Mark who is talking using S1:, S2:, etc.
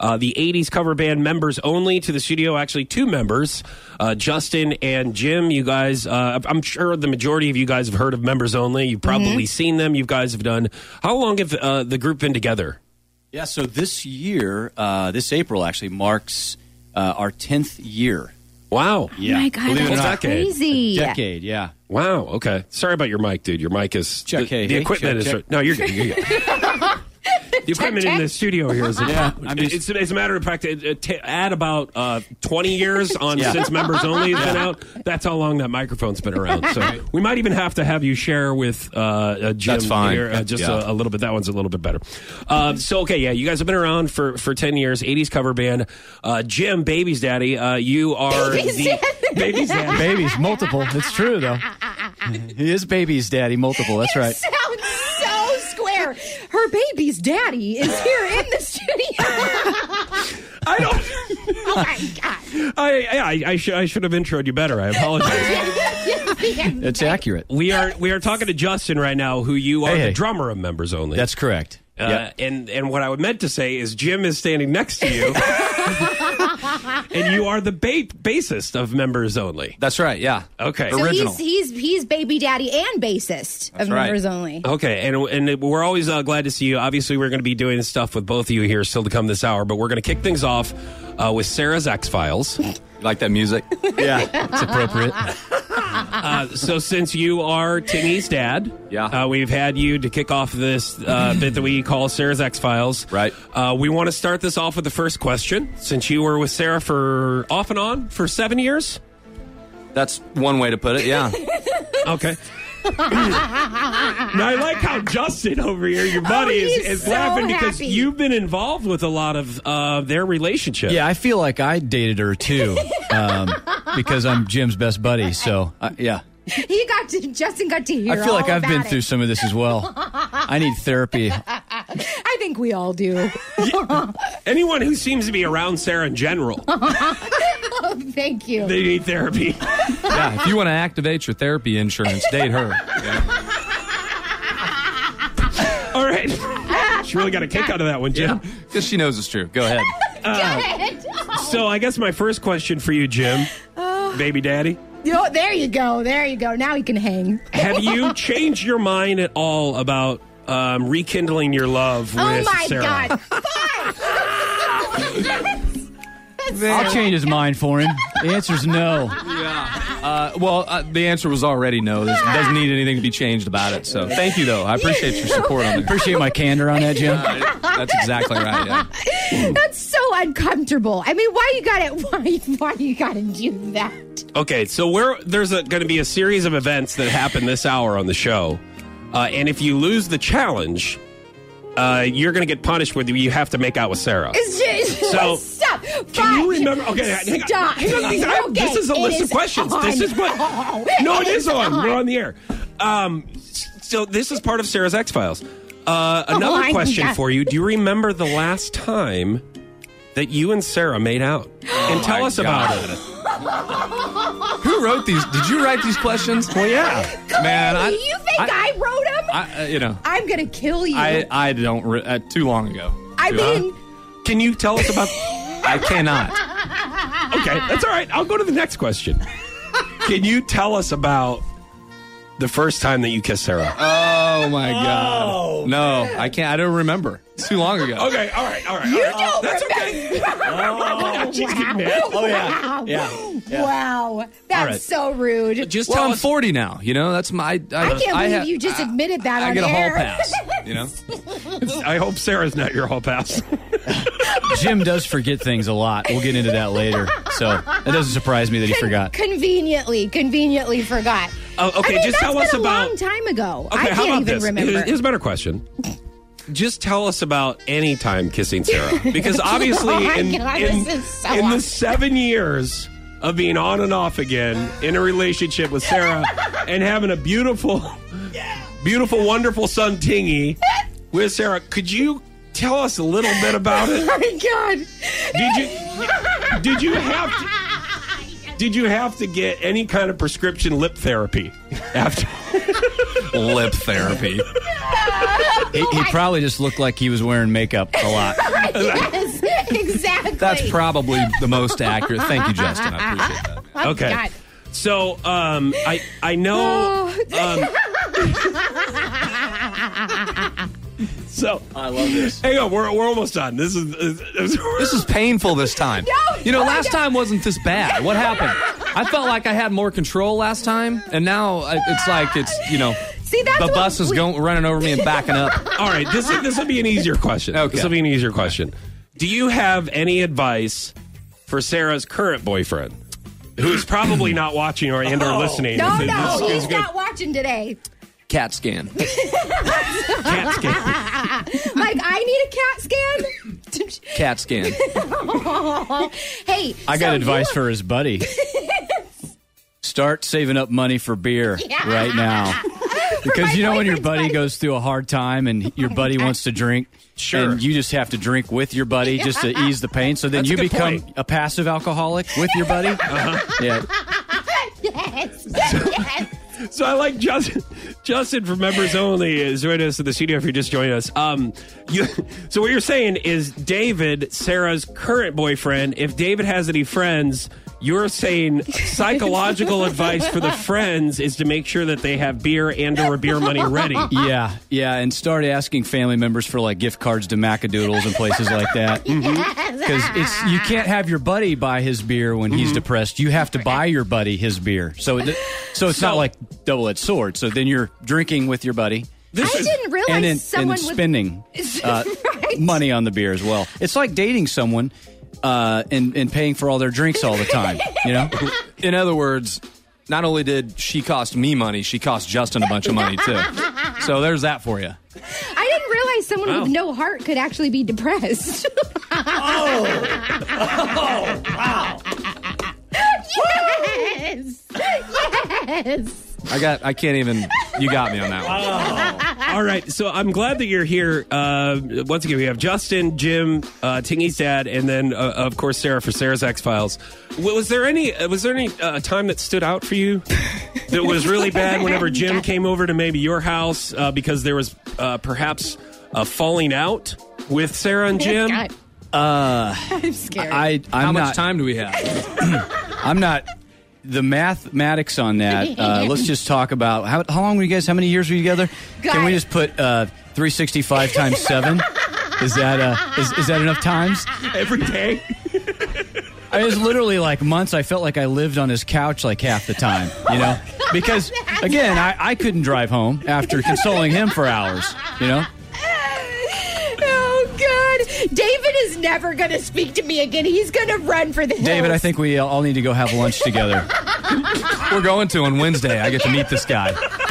S1: uh, the 80s cover band members only to the studio. Actually, two members, uh, Justin and Jim. You guys, uh, I'm sure the majority of you guys have heard of members only. You've probably seen them. You guys have done. How long have uh, the group been together?
S2: Yeah, so this year, uh, this April actually marks uh, our 10th year.
S1: Wow.
S2: Yeah.
S3: my God,
S2: Believe it or
S3: that's
S2: not.
S1: Decade.
S3: crazy.
S2: Decade, yeah.
S1: Wow. Okay. Sorry about your mic, dude. Your mic is
S2: Check,
S1: the,
S2: hey,
S1: the
S2: hey,
S1: equipment
S2: check,
S1: is
S2: check.
S1: no. You're good. You're good. The equipment in the studio here is
S2: Yeah, I'm just-
S1: it's, it's a matter of fact. It, it, t- add about uh, twenty years on
S2: Yeah.
S1: since members only has been out. That's how long that microphone's been around. So we might even have to have you share with uh, uh, Jim
S2: That's fine.
S1: here uh, just
S2: Yeah.
S1: a, a little bit. That one's a little bit better. Um, so okay, yeah, you guys have been around for for ten years. Eighties cover band, uh, Jim, Baby's Daddy. Uh, you are
S3: Baby's
S1: the
S3: Daddy.
S1: Baby's Daddy.
S2: Babies, multiple. It's true, though. He is babies, daddy, multiple. That's right.
S3: Sounds so square. Her baby's daddy is here in the studio.
S1: I don't.
S3: oh my God.
S1: I yeah, I, I should I should have introed you better. I apologize.
S2: It's accurate.
S1: we are we are talking to Justin right now, who you are
S2: Hey,
S1: the
S2: hey.
S1: drummer of Members Only.
S2: That's correct.
S1: uh, and and what I would meant to say is Jim is standing next to you, and you are the ba- bassist of Members Only.
S2: That's right, yeah.
S1: Okay.
S3: So
S2: Original.
S3: he's, he's, he's baby daddy and bassist
S2: That's right.
S3: of
S2: Oh.
S3: members only.
S1: Okay, and and we're always uh, glad to see you. Obviously, we're going to be doing stuff with both of you here still to come this hour, but we're going to kick things off uh, with Sarah's X Files.
S4: Like that music?
S2: Yeah, it's appropriate.
S1: Uh, so since you are Tingy's dad,
S4: Yeah.
S1: uh, we've had you to kick off this uh, bit that we call Sarah's X Files.
S4: Right.
S1: Uh, we want to start this off with the first question. Since you were with Sarah for off and on for seven years,
S4: That's one way to put it, yeah.
S1: okay. now I like how Justin over here, your buddy,
S3: Oh,
S1: is,
S3: he's
S1: is
S3: so
S1: laughing because
S3: happy.
S1: you've been involved with a lot of uh, their relationship.
S2: Yeah, I feel like I dated her, too, um, because I'm Jim's best buddy. So, uh, yeah.
S3: He got to, Justin got to hear
S2: I feel like
S3: all
S2: I've been
S3: about
S2: through
S3: it.
S2: some of this as well. I need therapy.
S3: I think we all do.
S1: Anyone who seems to be around Sarah in general,
S3: Thank you.
S1: they need therapy.
S4: yeah. If you want to activate your therapy insurance, date her.
S1: All right. She really got a kick out of that one, Jim.
S4: Because she knows it's true. Go ahead.
S3: Good.
S1: So I guess my first question for you, Jim,
S3: Oh.
S1: baby daddy,
S3: You know, there you go. There you go. Now he can hang.
S1: have you changed your mind at all about um, rekindling your love with
S3: oh my
S1: Sarah?
S3: God. Fine.
S2: I'll change his mind for him. The answer's no.
S4: Uh, well, uh, the answer was already no. There's, it doesn't need anything to be changed about it. So thank you, though. I appreciate your support on that.
S2: Appreciate my candor on that, Jim.
S4: That's exactly right. Yeah.
S3: That's so uncomfortable. I mean, why you gotta why why you gotta do that?
S1: Okay, so we're, there's going to be a series of events that happen this hour on the show, uh, and if you lose the challenge, uh, you're going to get punished with you have to make out with Sarah.
S3: It's just
S1: So,
S3: stop.
S1: Can
S3: Fine.
S1: you remember? Okay, hang on.
S3: Stop.
S1: Hang on, these- I-
S3: Okay,
S1: this is a
S3: it
S1: list of questions. This
S3: on.
S1: is what. No, it is on. We're on the air. Um, s- so this is part of Sarah's X Files. Uh, another
S3: my
S1: question
S3: God.
S1: for you: Do you remember the last time that you and Sarah made out? and tell
S4: Oh, my
S1: us
S4: God.
S1: about it.
S4: Who wrote these? Did you write these questions? Well, yeah. Man, I,
S3: Do you think I, wrote him? I,
S4: I, uh, you know,
S3: am gonna kill you.
S4: I, I don't. Re- uh, too long ago.
S3: I
S4: Too-
S3: mean,
S1: Can you tell us about?
S4: I cannot.
S1: Okay, that's all right. I'll go to the next question. Can you tell us about the first time that you kissed Sarah?
S4: Oh my god. no, I can't. I don't remember. It's too long ago.
S1: okay, all right, all right.
S3: you
S1: all right.
S3: don't
S1: Uh, That's okay. Oh,
S3: remember.
S1: She's getting
S3: wow.
S1: mad.
S3: Oh yeah. Yeah. Wow. That's
S1: right.
S3: so rude.
S1: Just
S4: Well,
S1: tell
S4: I'm
S1: us
S4: 40 now. You know, that's my. I,
S3: I can't believe
S4: ha-
S3: you just
S4: I-
S3: admitted that
S4: I,
S3: on
S4: get a hall
S3: air.
S4: pass. You know,
S1: I hope Sarah's not your hall pass.
S2: Jim does forget things a lot. We'll get into that later. So it doesn't surprise me that he
S3: Con-
S2: forgot.
S3: Conveniently, conveniently forgot.
S1: Oh, okay,
S3: I mean,
S1: just tell
S3: that's
S1: us
S3: been a
S1: about-
S3: long time ago.
S1: Okay,
S3: I
S1: how about
S3: can't even
S1: this?
S3: remember.
S1: Here's, here's a better question. Just tell us about any time kissing Sarah, because obviously,
S3: Oh my
S1: in,
S3: God,
S1: in,
S3: this is so
S1: in the
S3: awkward.
S1: seven years of being on and off again in a relationship with Sarah and having a beautiful, beautiful, wonderful son Tingy with Sarah, could you tell us a little bit about it?
S3: oh my god!
S1: Did you did you have to, did you have to get any kind of prescription lip therapy after?
S4: lip therapy.
S3: Oh
S2: He, he probably just looked like he was wearing makeup a lot.
S3: yes,
S4: That's probably the most accurate. Thank you, Justin. I appreciate that.
S1: Okay.
S3: God.
S1: So um, I I
S3: Oh,
S1: know. Um, so
S2: I love this.
S1: hang on, we're we're almost done. This is this,
S4: This is painful this time.
S3: No,
S4: you know,
S3: no,
S4: last
S3: no.
S4: time wasn't this bad. What happened? I felt like I had more control last time, and now I- it's like it's you know
S3: See, that's
S4: the
S3: what
S4: bus is
S3: we-
S4: going running over me and backing up.
S1: all right. This is this will be an easier question.
S4: Okay.
S1: This will be an easier question. Do you have any advice for Sarah's current boyfriend, who is probably not watching or and or listening?
S3: No,
S1: This-
S3: no,
S1: this is
S3: he's
S1: good.
S3: not watching today.
S4: Cat scan.
S1: Cat scan.
S3: Like, I need a cat scan.
S4: Cat scan.
S3: hey,
S2: I got
S3: so
S2: advice
S3: you-
S2: for his buddy. Start saving up money for beer right now. Because
S3: my
S2: you know when your
S3: boyfriend's
S2: buddy
S3: buddy.
S2: goes through a hard time and your buddy wants to drink,
S1: Sure.
S2: and you just have to drink with your buddy just to ease the pain. So then
S1: That's a
S2: you
S1: good
S2: become
S1: point. Uh-huh.
S2: a passive alcoholic with your buddy. Yeah,
S3: Yes, yes.
S1: So I like Justin. Justin from Members Only is joining us in the studio. If you're just joining us, um, you, so what you're saying is David, Sarah's current boyfriend. If David has any friends, you're saying psychological advice for the friends is to make sure that they have beer and or beer money ready.
S2: yeah, yeah. And start asking family members for like gift cards to Macadoodles and places like that. Because Mm-hmm. it's you can't have your buddy buy his beer when he's depressed. You have to buy your buddy his beer. So, it, so it's not like double edged sword. So then you're drinking with your buddy.
S1: This
S3: I
S1: is-
S3: didn't realize
S2: and then, and
S3: someone
S2: then
S3: would
S2: spending uh,
S3: Right.
S2: money on the beer as well. It's like dating someone uh, and and paying for all their drinks all the time. You know,
S4: In other words, not only did she cost me money, she cost Justin a bunch of money too. So there's that for you.
S3: I didn't realize someone
S1: Wow.
S3: with no heart could actually be depressed. oh, wow. Yes. Yes.
S4: I got. I can't even. You got me on that one.
S1: All right, so I'm glad that you're here. Uh, once again, we have Justin, Jim, uh, Tingy's dad, and then uh, of course Sarah for Sarah's X Files. Was there any was there any uh, time that stood out for you that was really bad? Whenever Jim came over to maybe your house uh, because there was uh, perhaps a falling out with Sarah and Jim.
S3: God. I'm scared.
S2: uh, I I'm
S4: How much
S2: not
S4: time do we have?
S2: I'm not the mathematics on that. Uh, let's just talk about how how long were you guys? How many years were you together? Can
S3: God.
S2: we just put uh, 365 times seven? Is that uh, is, is that enough times?
S1: Every day,
S2: I was literally like months. I felt like I lived on his couch like half the time, you know, because again, I, I couldn't drive home after consoling him for hours, you know.
S3: oh God, David is never going to speak to me again. He's going to run for the hills.
S2: David, I think we all need to go have lunch together.
S4: We're going to on Wednesday. I get to meet this guy.